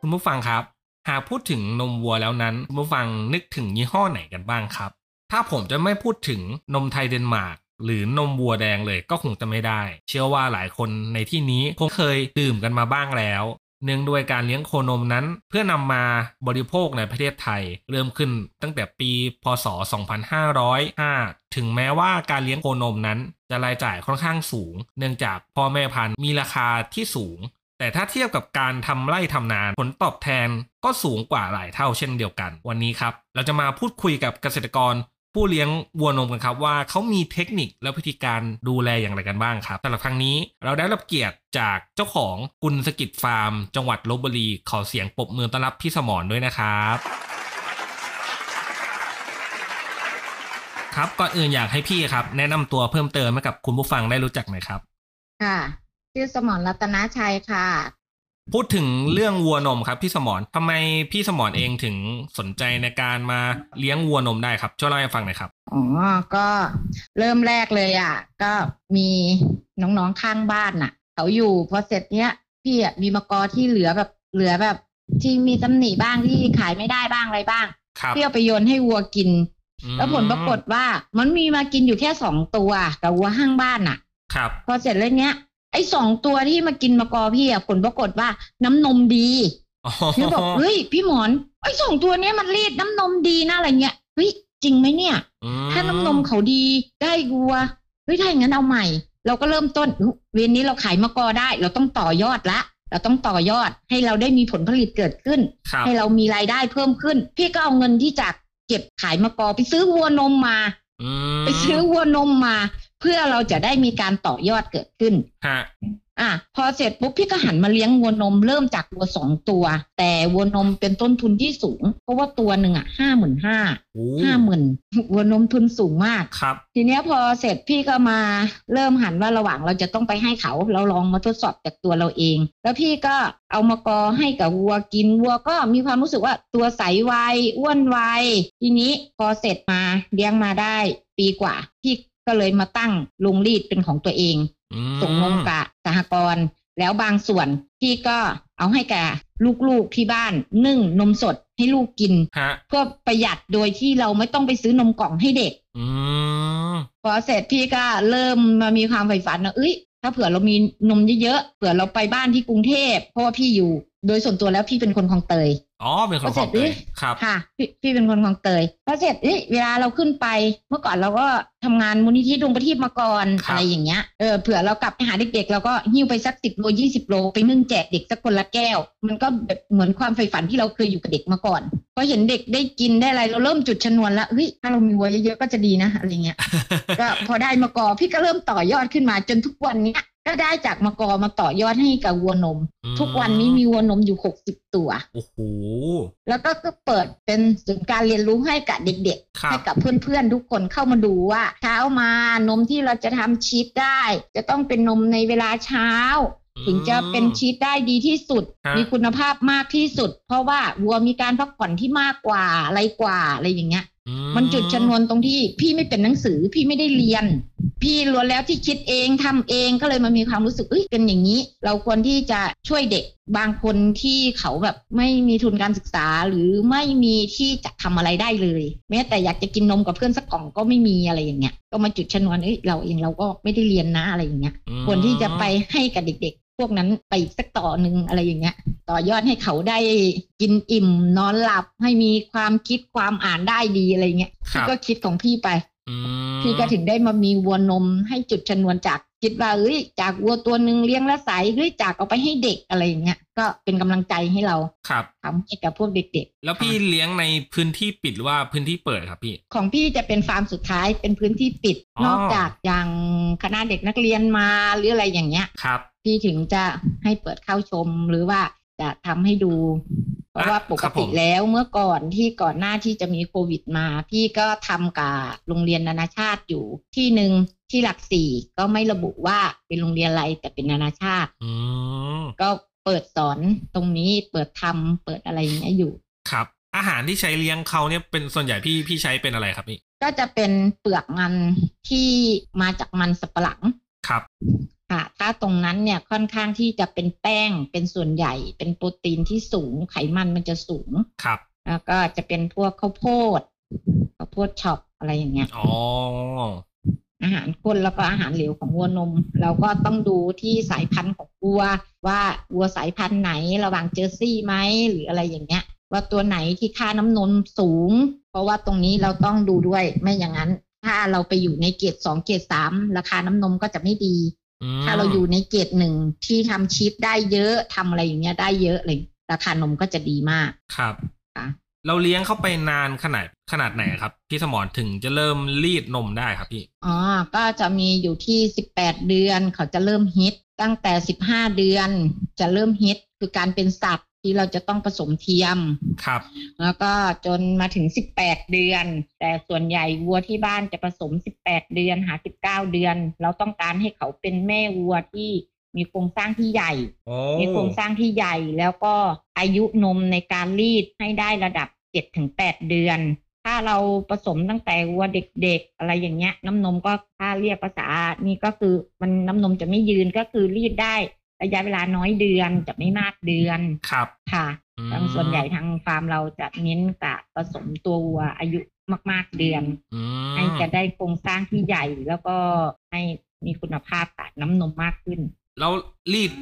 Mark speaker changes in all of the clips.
Speaker 1: คุณผู้ฟังครับ หากพูดถึงนมวัวแล้วนั้น คุณผู้ฟังนึกถึงยี่ห้อไหนกันบ้างครับ ถ้าผมจะไม่พูดถึงนมไทยเดนมาร์กหรือนมวัวแดงเลยก็คงจะไม่ได้ เชื่อว่าหลายคนในที่นี้คงเคยดื่มกันมาบ้างแล้ว เนื่องด้วยการเลี้ยงโคนมนั้น เพื่อนำมาบริโภคในประเทศไทย เริ่มขึ้นตั้งแต่ปี พศ 2505 ถึงแม้ว่าการเลี้ยงโคนมนั้น จะรายจ่ายค่อนข้างสูง เนื่องจากพ่อแม่พันธุ์มีราคาที่สูง แต่ถ้าเทียบกับการทำไร่ทำนาผลตอบแทนก็สูงกว่าหลายเท่าเช่นเดียวกัน วันนี้ครับ เราจะมาพูดคุยกับเกษตรกร ผู้เลี้ยงวัวนมกันครับว่าเขามีเทคนิคและวิธีการดูแลอย่างไรกันบ้างครับสำหรับครั้งนี้เราได้รับเกียรติจากเจ้าของกุลสกิจฟาร์ม จังหวัดลบบุรี ขอเสียงปรบมือต้อนรับพี่สมรด้วยนะครับ ครับก่อนอื่นอยากให้พี่ครับ แนะนำตัวเพิ่มเติมให้กับคุณผู้ฟังได้รู้จักหน่อยครับ
Speaker 2: ค่ะ ชื่อสมรรัตนาชัยค่ะ
Speaker 1: พูดถึงเรื่องวัวนมครับพี่สมรทำไมพี่สมรเองถึงสนใจในการมาเลี้ยงวัวนมได้ครับช่วยเล่าให้ฟังหน่อยครับ
Speaker 2: อ๋อ ก็เริ่มแรกเลยอ่ะ ก็มีน้องๆข้างบ้านน่ะ เขาอยู่พอเสร็จเนี้ย พี่อะมีมะกอที่เหลือแบบเหลือแบบ ที่มีตำหนิบ้างที่ขายไม่ได้บ้างอะไรบ้าง
Speaker 1: ครับ
Speaker 2: พี่เอาไปโยนให้วัวกิน
Speaker 1: อืม
Speaker 2: แล้วผลปรากฏว่า มันมีมากินอยู่แค่สองตัวกับวัวข้างบ้านน่ะ
Speaker 1: ครับ
Speaker 2: พอเสร็จแล้วเนี้ยไอ้สองตัวที่มากินมะกอพี่อ่ะผลปรากฏว่าน้ำนมดี
Speaker 1: อ๋อ
Speaker 2: หรือบอกเฮ้ยพี่หมอนไอ้สองตัวเนี้ยมันรีดน้ำนมดีนะอะไรเงี้ยเฮ้ยจริงไหมเนี่ย
Speaker 1: อื
Speaker 2: ถ้าน้ำนมเขาดีได้วัวเฮ้ยถ้าอย่างนั้นเอาใหม่ เราก็เริ่มต้นอุ๊ยเวรนี้เราขายมะกอได้ เราต้องต่อยอดละ เราต้องต่อยอดให้เราได้มีผลผลิตเกิดขึ้น
Speaker 1: ครับ
Speaker 2: ให้เรามีรายได้เพิ่มขึ้น พี่ก็เอาเงินที่จากเก็บขายมะกอไปซื้อวัวนมมา
Speaker 1: อืม
Speaker 2: ไปซื้อวัวนมมา เพื่อเราจะได้มีการต่อยอดเกิดขึ้น
Speaker 1: ฮะ
Speaker 2: อ่ะพอเสร็จปุ๊บพี่ก็หันมาเลี้ยงวัวนมเริ่มจากวัวสองตัว แต่วัวนมเป็นต้นทุนที่สูง เพราะว่าตัวหนึ่งอ่ะห้าหมื่นห้า
Speaker 1: โอ้
Speaker 2: ห้าหมื่นวัวนมทุนสูงมาก
Speaker 1: ครับ
Speaker 2: ทีเนี้ยพอเสร็จพี่ก็มาเริ่มหันว่าระหว่างเราจะต้องไปให้เขา เราลองมาทดสอบจากตัวเราเอง แล้วพี่ก็เอามากอให้กับวัวกินวัวก็มีความรู้สึกว่าตัวใสไวอ้วนไวทีนี้พอเสร็จมาเลี้ยงมาได้ปีกว่า พี่ก็เลยมาตั้งโรงรีดเป็นของตัวเอง
Speaker 1: อืม
Speaker 2: ส่งนมกะสหกรณ์แล้วบางส่วนพี่ก็เอาให้แกลูกๆที่บ้านนึ่งนมสดให้ลูกกิน
Speaker 1: ฮะ
Speaker 2: เพื่อประหยัดโดยที่เราไม่ต้องไปซื้อนมกล่องให้เด็ก
Speaker 1: อืม
Speaker 2: พอเสร็จพี่ก็เริ่มมามีความใฝ่ฝันนะเอ้ยถ้าเผื่อเรามีนมเยอะๆเผื่อเราไปบ้านที่กรุงเทพเพราะว่าพี่อยู่ โดยส่วนตัวแล้วพี่เป็นคนคลองเตย
Speaker 1: อ๋อเป็นของข
Speaker 2: เอาเสร็
Speaker 1: อง
Speaker 2: จ
Speaker 1: เตย
Speaker 2: ดิ
Speaker 1: ครับ
Speaker 2: ค่ะพี่พี่เป็นคนคลองเตยพอเสร็จเอ้ยเวลาเราขึ้นไป เมื่อก่อนเราก็ทำงานมูลนิธิดวงประทีปมาก่อน
Speaker 1: ครับ
Speaker 2: อะไรอย่างเงี้ยเออเผื่อเรากลับไปหาเด็กๆเราก็หิ้วไปสักสิบโลยี่สิบโลไปนึ่งแจกเด็กสักคนละแก้ว มันก็แบบเหมือนความใฝ่ฝันที่เราเคยอยู่กับเด็กมาก่อนพอเห็นเด็กได้กินได้อะไรเราเริ่มจุดชนวนละเฮ้ยถ้าเรามีวัวเยอะๆก็จะดีนะอะไรเงี้ย ก็พอได้มะกอพี่ก็เริ่มต่อยอดขึ้นมาจนทุกวันเนี้ยก็ได้จากมะกอมาต่อยอดให้กับวัวนม
Speaker 1: อืม
Speaker 2: ทุกวันนี้มีวัวนมอยู่หกสิบตัว
Speaker 1: โอ้โห
Speaker 2: แล้วก็ก็เปิดเป็นศูนย์การเรียนรู้ให้กับเด็ก
Speaker 1: ค
Speaker 2: ๆ
Speaker 1: รั
Speaker 2: ให้
Speaker 1: บ
Speaker 2: กับเพื่อนๆ ทุกคนเข้ามาดูว่า เช้ามานมที่เราจะทำชีสได้ จะต้องเป็นนมในเวลาเช้า ถึงจะเป็น
Speaker 1: อืม
Speaker 2: ชีสได้ดีที่สุด
Speaker 1: ฮะ
Speaker 2: มีคุณภาพมากที่สุด เพราะว่าวัวมีการพักผ่อนที่มากกว่าอะไรกว่าอะไรอย่างเงี้ย
Speaker 1: อื
Speaker 2: มันจุดชนวนตรงที่พี่ไม่เป็นหนังสือพี่ไม่ได้เรียน พี่ล้วนแล้วที่คิดเองทำเองก็เลยมันมีความรู้สึกเอ้ยเป็นอย่างนี้ เราควรที่จะช่วยเด็กบางคนที่เขาแบบไม่มีทุนการศึกษาหรือไม่มีที่จะทำอะไรได้เลย แม้แต่อยากจะกินนมกับเพื่อนสักกล่องก็ไม่มีอะไรอย่างเงี้ยก็มาจุดชนวนเอ้ยเราเองเราก็ไม่ได้เรียนนะอะไรอย่างเงี้ย
Speaker 1: อืม
Speaker 2: ควรที่จะไปให้กับเด็กๆ พวกนั้นไปอีกสักต่อหนึ่งอะไรอย่างเงี้ย ต่อยอดให้เขาได้กินอิ่ม นอนหลับให้มีความคิดความอ่านได้ดีอะไรเงี้ย
Speaker 1: ครั
Speaker 2: พี่
Speaker 1: บ
Speaker 2: ก็คิดของพี่ไป
Speaker 1: อืม ม
Speaker 2: พี่ก็ถึงได้มามีวัวนมให้จุดชนวนจากคิดว่าเอ้ยจากวัวตัวหนึ่งเลี้ยงแล้วใสเอ้ยจากเอาไปให้เด็กอะไรอย่างเงี้ยก็เป็นกำลังใจให้เรา
Speaker 1: ครับ
Speaker 2: ทำให้กับพวกเด็ก
Speaker 1: แล้วพี่เลี้ยงในพื้นที่ปิดหรือว่าพื้นที่เปิดครับพี่
Speaker 2: ๆ ของพี่จะเป็นฟาร์มสุดท้ายเป็นพื้นที่ปิด
Speaker 1: อ๋อ
Speaker 2: นอกจากอย่างคณะเด็กนักเรียนมาหรืออะไรอย่างเงี้ย
Speaker 1: ครับ
Speaker 2: พี่ถึงจะให้เปิดเข้าชมหรือว่าจะทำให้ดู เพราะ
Speaker 1: อ่ะ
Speaker 2: ว่าป
Speaker 1: ค
Speaker 2: ก
Speaker 1: รับผ
Speaker 2: ติ
Speaker 1: ม
Speaker 2: แล้วเมื่อก่อนที่ก่อนหน้าที่จะมีโควิดมา พี่ก็ทำกับโรงเรียนนานาชาติอยู่ที่หนึ่งที่หลักสี่ก็ไม่ระบุว่าเป็นโรงเรียนอะไรแต่เป็นนานาชาติ
Speaker 1: อืม
Speaker 2: ก็เปิดสอนตรงนี้เปิดทำเปิดอะไรอย่างเงี้ยอยู่
Speaker 1: ครับ อาหารที่ใช้เลี้ยงเขาเนี่ยเป็นส่วนใหญ่พี่พี่ใช้เป็นอะไรครับพี่
Speaker 2: ก็จะเป็นเปลือกมันที่มาจากมันสับปะหลัง
Speaker 1: ครับ
Speaker 2: ค่ะถ้าตรงนั้นเนี่ยค่อนข้างที่จะเป็นแป้งเป็นส่วนใหญ่ เป็นโปรตีนที่สูงไขมันมันจะสูง
Speaker 1: ครับ
Speaker 2: แล้วก็จะเป็นพวกข้าวโพดข้าวโพดช็อปอะไรอย่างเงี้ย
Speaker 1: อ๋อ
Speaker 2: อาหารข้นแล้วก็อาหารเหลวของวัวนม เราก็ต้องดูที่สายพันธุ์ของวัว ว่าวัวสายพันธุ์ไหนระหว่างเจอร์ซี่ไหมหรืออะไรอย่างเงี้ย ว่าตัวไหนที่ค่าน้ำนมสูง เพราะว่าตรงนี้เราต้องดูด้วยไม่อย่างนั้น ถ้าเราไปอยู่ในเกรดสองเกรดสามราคาน้ำนมก็จะไม่ดี
Speaker 1: อืม
Speaker 2: ถ้าเราอยู่ในเกรดหนึ่งที่ทำชีสได้เยอะทำอะไรอย่างเงี้ยได้เยอะเลยราคานมก็จะดีมาก
Speaker 1: ครับ
Speaker 2: ค่ะ
Speaker 1: เราเลี้ยงเข้าไปนานขนาดขนาดไหนครับ พี่สมรถึงจะเริ่มรีดนมได้ครับพี่
Speaker 2: อ๋อ ก็จะมีอยู่ที่ 18 เดือน เขาจะเริ่มฮิต ตั้งแต่ 15 เดือน จะเริ่มฮิต คือการเป็นสัตว์ที่เราจะต้องผสมเทียม
Speaker 1: ครับ
Speaker 2: แล้วก็จนมาถึง 18 เดือน แต่ส่วนใหญ่วัวที่บ้านจะผสม 18 เดือนหา 19 เดือน เราต้องการให้เขาเป็นแม่วัวที่มีโครงสร้างที่ใหญ่
Speaker 1: โอ้
Speaker 2: มีโครงสร้างที่ใหญ่แล้วก็อายุนมในการรีดให้ได้ระดับ 7-8 เดือน ถ้าเราผสมตั้งแต่วัวเด็กๆ อะไรอย่างเงี้ย น้ำนมก็ถ้าเรียกภาษานี่ก็คือมันน้ำนมจะไม่ยืนก็คือรีดได้ระยะเวลาน้อยเดือนจะไม่มากเดือน
Speaker 1: ครับ
Speaker 2: ค่ะ
Speaker 1: อืม
Speaker 2: ทางส่วนใหญ่ทางฟาร์มเราจะเน้นกับผสมตัววัวอายุมาก ๆ เดือน
Speaker 1: อืม
Speaker 2: ให้จะได้โครงสร้างที่ใหญ่แล้วก็ให้มีคุณภาพกับน้ำนมมากขึ้น
Speaker 1: แล้วรีด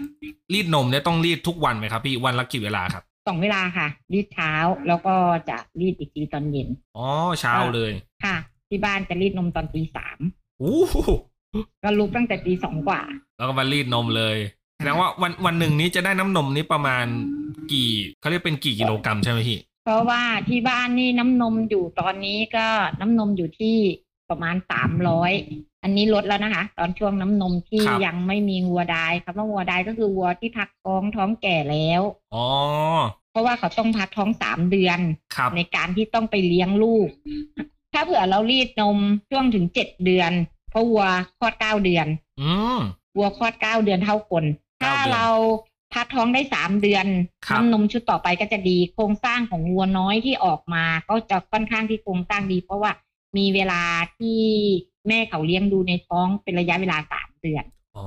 Speaker 1: รีดนมเนี่ยต้องรีดทุกวันไหมครับพี่วันละกี่เวลาครับ
Speaker 2: สองเวลาค่ะ รีดเช้าแล้วก็จะรีดอีกทีตอนเย็น
Speaker 1: อ๋อเช้าเลย
Speaker 2: ค่ะ ที่บ้านจะรีดนมตอนตีสาม
Speaker 1: อู้หู
Speaker 2: ก็ลุกตั้งแต่ตีสองกว่า
Speaker 1: แล้วก็มารีดนมเลยแสดงว่าวันวันหนึ่งนี้จะได้น้ำนมนี้ประมาณกี่เขาเรียกเป็นกี่กิโลกรัมใช่ไหมพี่
Speaker 2: เพราะว่าที่บ้านนี่น้ำนมอยู่ตอนนี้ก็น้ำนมอยู่ที่ประมาณสามร้อยอันนี้ลดแล้วนะคะ ตอนช่วงน้ำนมที่ยังไม่มีวัวดายคำว่าวัวดายก็คือวัวที่พักท้องท้องแก่แล้ว
Speaker 1: อ๋อ
Speaker 2: เพราะว่าเขาต้องพักท้องสามเดือน
Speaker 1: ครับ
Speaker 2: ในการที่ต้องไปเลี้ยงลูก ถ้าเผื่อเรารีดนมช่วงถึงเจ็ดเดือน เพราะวัวคลอดเก้าเดือน
Speaker 1: อืม
Speaker 2: วัวคลอดเก้าเดือนเท่าคน
Speaker 1: เก้า
Speaker 2: ถ้า
Speaker 1: เดือน
Speaker 2: เราพักท้องได้สามเดือน
Speaker 1: ครับ
Speaker 2: น้ำนมชุดต่อไปก็จะดี โครงสร้างของวัวน้อยที่ออกมา ก็จะค่อนข้างที่โครงสร้างดี เพราะว่ามีเวลาที่แม่เขาเลี้ยงดูในท้องเป็นระยะเวลาสามเดือน
Speaker 1: อ๋อ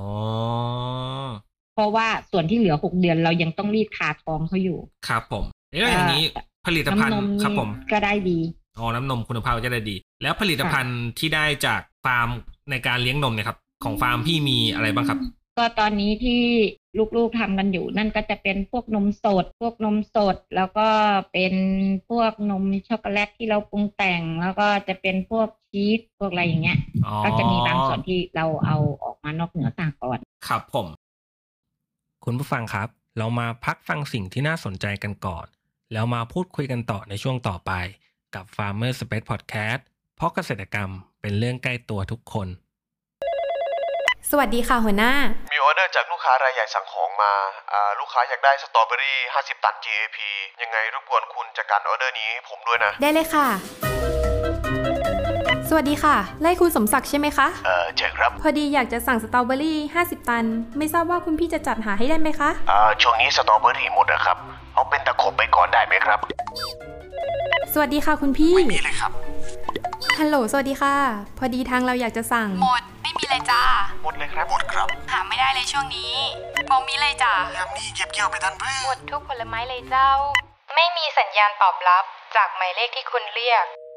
Speaker 2: เพราะว่าส่วนที่เหลือหกเดือนเรายังต้องรีดคาท้องเขาอยู่
Speaker 1: ครับผมเอ๊ะอย่างนี้ผลิตภัณ
Speaker 2: น้ำน
Speaker 1: ฑ์
Speaker 2: ม
Speaker 1: ครับผม
Speaker 2: ก็ได้ดี
Speaker 1: อ๋อน้ำนมคุณภาพก็จะได้ดี แล้วผลิตภัณฑ์ที่ได้จากฟาร์มในการเลี้ยงนมเนี่ยครับ ของฟาร์มพี่มีอะไรบ้างครับ
Speaker 2: ก็ตอนนี้ที่ลูกๆทำกันอยู่ นั่นก็จะเป็นพวกนมสด พวกนมสด แล้วก็เป็นพวกนมช็อกโกแลตที่เราปรุงแต่ง แล้วก็จะเป็นพวกชีสพวกอะไรอย่างเงี้ย
Speaker 1: อ๋อ
Speaker 2: ก็จะมีบางส่วนที่เราเอาออกมานอกเหนือสากล
Speaker 1: ครับผม คุณผู้ฟังครับ เรามาพักฟังสิ่งที่น่าสนใจกันก่อน แล้วมาพูดคุยกันต่อในช่วงต่อไปกับ Farmer Space Podcast เพราะเกษตรกรรมเป็นเรื่องใกล้ตัวทุกคน
Speaker 3: สวัสดีค่ะหัวหน้า
Speaker 4: มีออเดอร์จากลูกค้ารายใหญ่สั่งของมาอ่าลูกค้าอยากได้สตรอเบอรี่ 50 ตัน GAP ยังไงรบกวนคุณจัดการออเดอร์นี้ให้ผมด้วยนะ
Speaker 3: ได้เลยค่ะ สวัสดีค่ะ ไล่คุณสมศักดิ์ใช่ไหมคะ
Speaker 4: เอ่อใช่ครับ
Speaker 3: พอดีอยากจะสั่งสตรอเบอรี่ 50 ตัน ไม่ทราบว่าคุณพี่จะจัดหาให้ได้ไหมคะ
Speaker 4: อ่าช่วงนี้สตรอเบอรี่หมดนะครับ เอาเป็นตะขบไปก่อนได้ไหมครับ
Speaker 3: สวัสดีค่ะคุณพี่
Speaker 4: มีเลยครับ
Speaker 3: ฮัลโหล สวัสดีค่ะ พอดีทางเราอยากจะสั่ง
Speaker 5: หมด ไม่มีเลยจ้า
Speaker 4: หมดเลยครับ หมดครับ
Speaker 5: หาไม่ได้เลยช่วงนี้บอมีเลยจ้า
Speaker 4: ยามนี้เก็บเกี่ยวไปทันเพื่
Speaker 6: หมดทุกผลไม้เลยเจ้า ไม่มีสัญญาณตอบรับจากหมายเลขที่คุณเรียก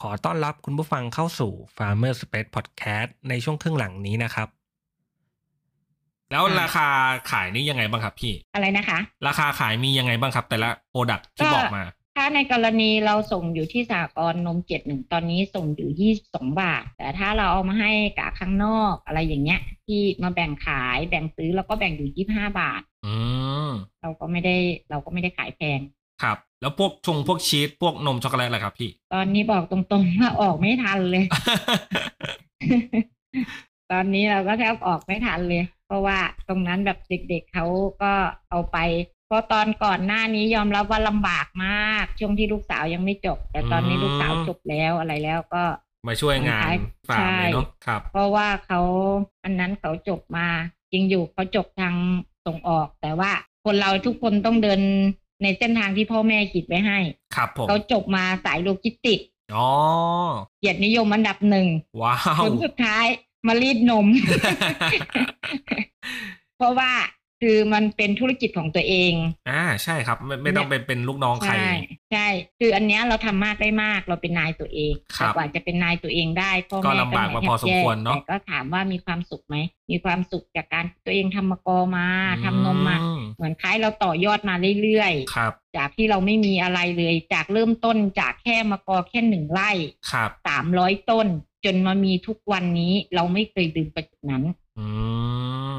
Speaker 1: ขอต้อนรับคุณผู้ฟังเข้าสู่ Farmer Space Podcast ในช่วงครึ่งหลังนี้นะครับ แล้วราคาขายนี่ยังไงบ้างครับพี่
Speaker 2: อะไรนะคะ
Speaker 1: ราคาขายมียังไงบ้างครับ แต่ละโปรดักที่บอกมา
Speaker 2: ถ้าในกรณีเราส่งอยู่ที่สากรณ์นมเจ็ดหนึ่งตอนนี้ส่งอยู่ยี่สองบาท แต่ถ้าเราเอามาให้กะข้างนอกอะไรอย่างเงี้ย ที่มาแบ่งขายแบ่งซื้อเราก็แบ่งอยู่ยี่ห้าบาท
Speaker 1: อืม
Speaker 2: เราก็ไม่ได้เราก็ไม่ได้ขายแพง
Speaker 1: ครับ แล้วพวกชงพวกชีสพวกนมช็อกโกแลตอะไรครับพี่
Speaker 2: ตอนนี้บอกตรงๆว่าออกไม่ทันเลย ตอนนี้เราก็แทบออกไม่ทันเลย เพราะว่าตรงนั้นแบบเด็กๆเขาก็เอาไป เพราะตอนก่อนหน้านี้ยอมรับว่าลำบากมาก ช่วงที่ลูกสาวยังไม่จบ แต่ตอนนี้
Speaker 1: อืม
Speaker 2: ลูกสาวจบแล้วอะไรแล้วก็
Speaker 1: มาช่วยงาน
Speaker 2: ใช่
Speaker 1: ฟาร์มเลยเนาะครับ
Speaker 2: เพราะว่าเขาอันนั้นเขาจบมา จริงอยู่เขาจบทางส่งออก แต่ว่าคนเราทุกคนต้องเดินในเส้นทางที่พ่อแม่ขีดไว้ให้
Speaker 1: ครับผม
Speaker 2: เขาจบมาสายโลจิสติกส์
Speaker 1: อ๋อ
Speaker 2: เกียรตินิยมอันดับหนึ่ง
Speaker 1: ว้า
Speaker 2: ผ
Speaker 1: ว
Speaker 2: ลสุดท้ายมารีดนม เพราะว่าคือมันเป็นธุรกิจของตัวเอง
Speaker 1: อ่าใช่ครับ ไม่ไม่ต้องไปเป็นลูกน้องใคร
Speaker 2: ใช่ใช่ คืออันเนี้ยเราทำมากได้มาก เราเป็นนายตัวเอง
Speaker 1: ครับ
Speaker 2: แต่กว่าจะเป็นนายตัวเองได้พ่อแม่
Speaker 1: ก็ลำบากมาพอสมควรเนอะ
Speaker 2: แต่ก็ถามว่ามีความสุขไหมมีความสุขจากการตัวเองทำมากอมาทำนมมา
Speaker 1: อื
Speaker 2: เหมือนคล้ายเราต่อยอดมาเรื่อย
Speaker 1: ครับ
Speaker 2: ๆจากที่เราไม่มีอะไรเลย จากเริ่มต้นจากแค่มากอแค่หนึ่งไร่
Speaker 1: ครับ
Speaker 2: สามร้อยต้น จนมามีทุกวันนี้เราไม่เคยลืมประจุดนั้น
Speaker 1: อื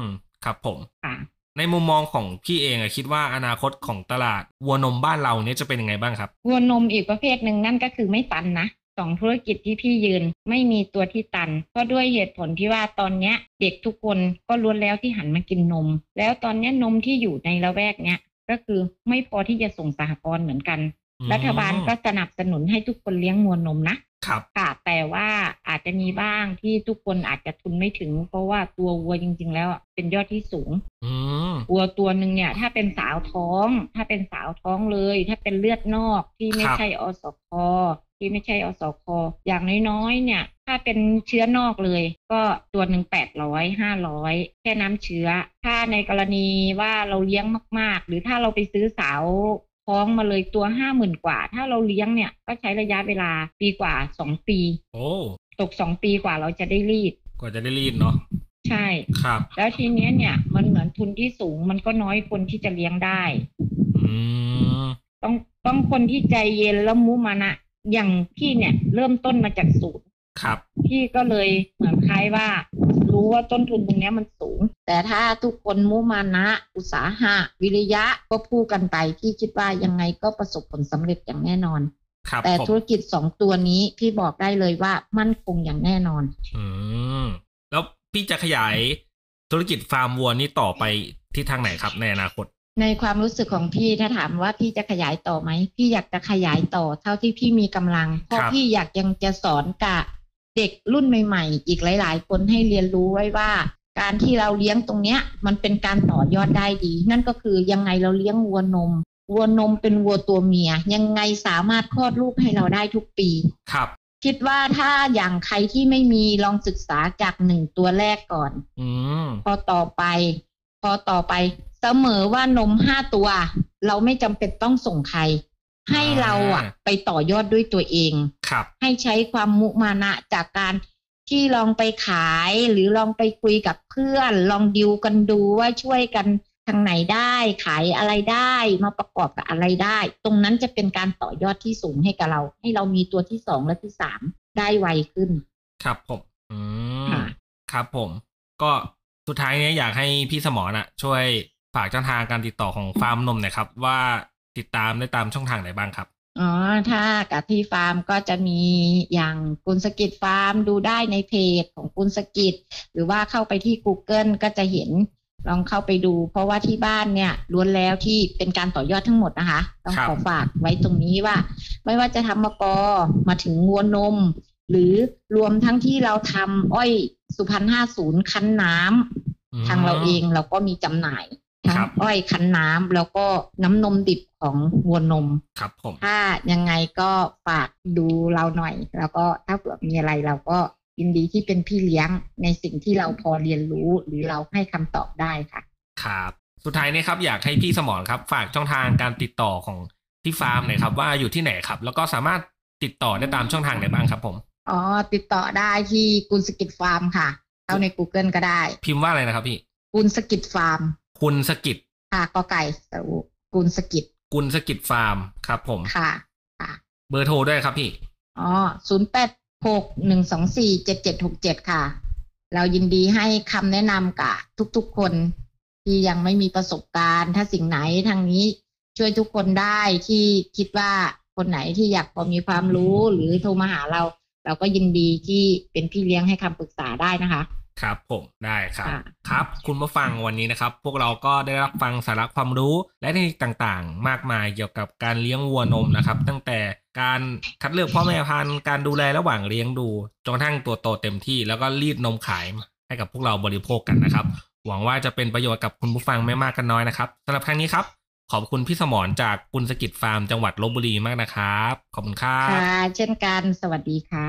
Speaker 1: ม ครับผม
Speaker 2: ค่ะ
Speaker 1: ในมุมมองของพี่เองอะคิดว่าอนาคตของตลาดวัวนมบ้านเราเนี่ยจะเป็นยังไงบ้างครับ
Speaker 2: วัวนมอีกประเภทหนึ่งนั่นก็คือไม่ตันนะสองธุรกิจที่พี่ยืนไม่มีตัวที่ตัน ก็ด้วยเหตุผลที่ว่าตอนเนี้ย เด็กทุกคนก็ล้วนแล้วที่หันมากินนม แล้วตอนเนี้ยนมที่อยู่ในละแวกเนี้ยก็คือไม่พอที่จะส่งสหกรณ์เหมือนกัน
Speaker 1: อืม
Speaker 2: รัฐบาลก็สนับสนุนให้ทุกคนเลี้ยงมวลนมนะครับ ค่ะแต่ว่าอาจจะมีบ้างที่ทุกคนอาจจะทุนไม่ถึง เพราะว่าตัววัวจริง ๆ แล้วอะเป็นยอดที่สูง
Speaker 1: อืม
Speaker 2: วัวตัวหนึ่งเนี่ย ถ้าเป็นสาวท้อง ถ้าเป็นสาวท้องเลย ถ้าเป็นเลือดนอกที่ไม่
Speaker 1: ครับ
Speaker 2: ใช่อสคที่ไม่ใช่อสคอย่างน้อยๆเนี่ย ถ้าเป็นเชื้อนอกเลย ก็ตัวหนึ่งแปดร้อยห้าร้อยแค่น้ำเชื้อ ถ้าในกรณีว่าเราเลี้ยงมาก ๆ หรือถ้าเราไปซื้อสาวท้องมาเลยตัวห้าหมื่นกว่า ถ้าเราเลี้ยงเนี่ยก็ใช้ระยะเวลาปีกว่าสองปี
Speaker 1: โอ้
Speaker 2: ตกสองปีกว่าเราจะได้รีด
Speaker 1: กว่าจะได้รีดเนาะ
Speaker 2: ใช่
Speaker 1: ครับ
Speaker 2: แล้วทีเนี้ยเนี่ยมันเหมือนทุนที่สูงมันก็น้อยคนที่จะเลี้ยงได้
Speaker 1: อืม
Speaker 2: ต้องต้องคนที่ใจเย็นและมุมานะอย่างพี่เนี่ยเริ่มต้นมาจากศูนย์
Speaker 1: ครับ
Speaker 2: พี่ก็เลยเหมือนคล้ายว่า รู้ว่าต้นทุนตรงเนี้ยมันสูง แต่ถ้าทุกคนมุมานะ อุตสาหะ วิริยะก็พูดกันไปพี่คิดว่ายังไงก็ประสบผลสำเร็จอย่างแน่นอน
Speaker 1: ครับ
Speaker 2: แต่
Speaker 1: ผม
Speaker 2: ธุรกิจสองตัวนี้พี่บอกได้เลยว่ามั่นคงอย่างแน่นอน
Speaker 1: อืม แล้วพี่จะขยายธุรกิจฟาร์มวัวนี่ต่อไปที่ทางไหนครับในอนาคต
Speaker 2: ในความรู้สึกของพี่ถ้าถามว่าพี่จะขยายต่อไหมพี่อยากจะขยายต่อเท่าที่พี่มีกำลัง เพราะ
Speaker 1: ครับ
Speaker 2: พี่อยากยังจะสอนกับเด็กรุ่นใหม่ ๆ อีกหลาย ๆ คนให้เรียนรู้ไว้ว่า การที่เราเลี้ยงตรงเนี้ย มันเป็นการต่อยอดได้ดี นั่นก็คือยังไงเราเลี้ยงวัวนม วัวนมเป็นวัวตัวเมีย ยังไงสามารถคลอดลูกให้เราได้ทุกปี
Speaker 1: ครับ
Speaker 2: คิดว่าถ้าอย่างใครที่ไม่มีลองศึกษาจากหนึ่งตัวแรกก่อน
Speaker 1: อืม
Speaker 2: พอต่อไป พอต่อไป เสมอว่านมห้าตัว เราไม่จำเป็นต้องส่งใคร ให้เราอะ
Speaker 1: อ่า
Speaker 2: ไปต่อยอดด้วยตัวเอง
Speaker 1: ครับ
Speaker 2: ให้ใช้ความมุมานะจากการที่ลองไปขายหรือลองไปคุยกับเพื่อน ลองดิวกันดูว่าช่วยกันทางไหนได้ขายอะไรได้มาประกอบกับอะไรได้ ตรงนั้นจะเป็นการต่อยอดที่สูงให้กับเรา ให้เรามีตัวที่สองและที่สามได้ไวขึ้น
Speaker 1: ครับผม อืม
Speaker 2: ค่ะ
Speaker 1: ครับผม ก็สุดท้ายเนี้ยอยากให้พี่สมอน่ะ ช่วยฝากช่องทางการติดต่อของฟาร์มนมหน่อยครับ ว่าติดตามได้ตามช่องทางไหนบ้างครับ
Speaker 2: อ๋อ ถ้ากะทิฟาร์มก็จะมีอย่างกุลสกิจฟาร์มดูได้ในเพจของกุลสกิจ หรือว่าเข้าไปที่ Google ก็จะเห็น ลองเข้าไปดู เพราะว่าที่บ้านเนี่ยล้วนแล้วที่เป็นการต่อยอดทั้งหมดนะคะ ต้อง
Speaker 1: ครับ
Speaker 2: ขอฝากไว้ตรงนี้ว่า ไม่ว่าจะทำมะกอมาถึงงัวนม หรือรวมทั้งที่เราทำอ้อยสุพรรณห้าศูนย์คั้นน้
Speaker 1: อืม
Speaker 2: ำทางเราเองเราก็มีจำหน่ายทั้ง
Speaker 1: ครับ
Speaker 2: อ้อยคั้นน้ำแล้วก็น้ำนมดิบของงัวนม
Speaker 1: ครับผม
Speaker 2: ถ้ายังไงก็ฝากดูเราหน่อย แล้วก็ถ้าเผื่อมีอะไรเราก็ยินดีที่เป็นพี่เลี้ยงในสิ่งที่เราพอเรียนรู้ หรือเราให้คำตอบได้ค่ะ
Speaker 1: ครับสุดท้ายเนะครับอยากให้พี่สมรครับ ฝากช่องทางการติดต่อของที่ฟาร์มหน่อยครับ ว่าอยู่ที่ไหนครับ แล้วก็สามารถติดต่อได้ตามช่องทางไหนบ้างครับ ผม
Speaker 2: อ๋อ ติดต่อได้ที่กุลสกิจฟาร์มค่ะ เข้าใน Google ก็ได้
Speaker 1: พิมพ์ว่าอะไรนะครับพี่
Speaker 2: กุลสกิจฟาร์ม
Speaker 1: คุณสกิด
Speaker 2: ค่ะกอไก่สระอุกุลสกิจ
Speaker 1: กุลสกิดฟาร์มครับ ผม
Speaker 2: ค่ะ
Speaker 1: เบอร์โทรด้วยครับพี่
Speaker 2: อ๋อศูนย์แปดหกหนึ่งสองสี่เจ็ดเจ็ดหกเจ็ดค่ะ เรายินดีให้คำแนะนำกับทุกๆคนที่ยังไม่มีประสบการณ์ ถ้าสิ่งไหนทางนี้ช่วยทุกคนได้ที่คิดว่าคนไหนที่อยากพอมีความรู้หรือโทรมาหาเรา เราก็ยินดีที่เป็นพี่เลี้ยงให้คำปรึกษาได้นะคะ
Speaker 1: ครับผมได้ครับ
Speaker 2: ค่ะ
Speaker 1: ครับ คุณผู้ฟังวันนี้นะครับ พวกเราก็ได้รับฟังสาระความรู้และเทคนิคต่างๆ มากมายเกี่ยวกับการเลี้ยงวัวนมนะครับ ตั้งแต่การคัดเลือกพ่อแม่พันธุ์การดูแลระหว่างเลี้ยงดูจนกระทั่งตัวโตเต็มที่ แล้วก็รีดนมขายให้กับพวกเราบริโภคกันนะครับ หวังว่าจะเป็นประโยชน์กับคุณผู้ฟังไม่มากก็นน้อยนะครับสำหรับครั้งนี้ครับ ขอบคุณพี่สมรจากกุลสกิจฟาร์มจังหวัดลบบุรีมากนะครับขอบคุณครับ
Speaker 2: ค่ะ เช่นกัน สวัสดีค่ะ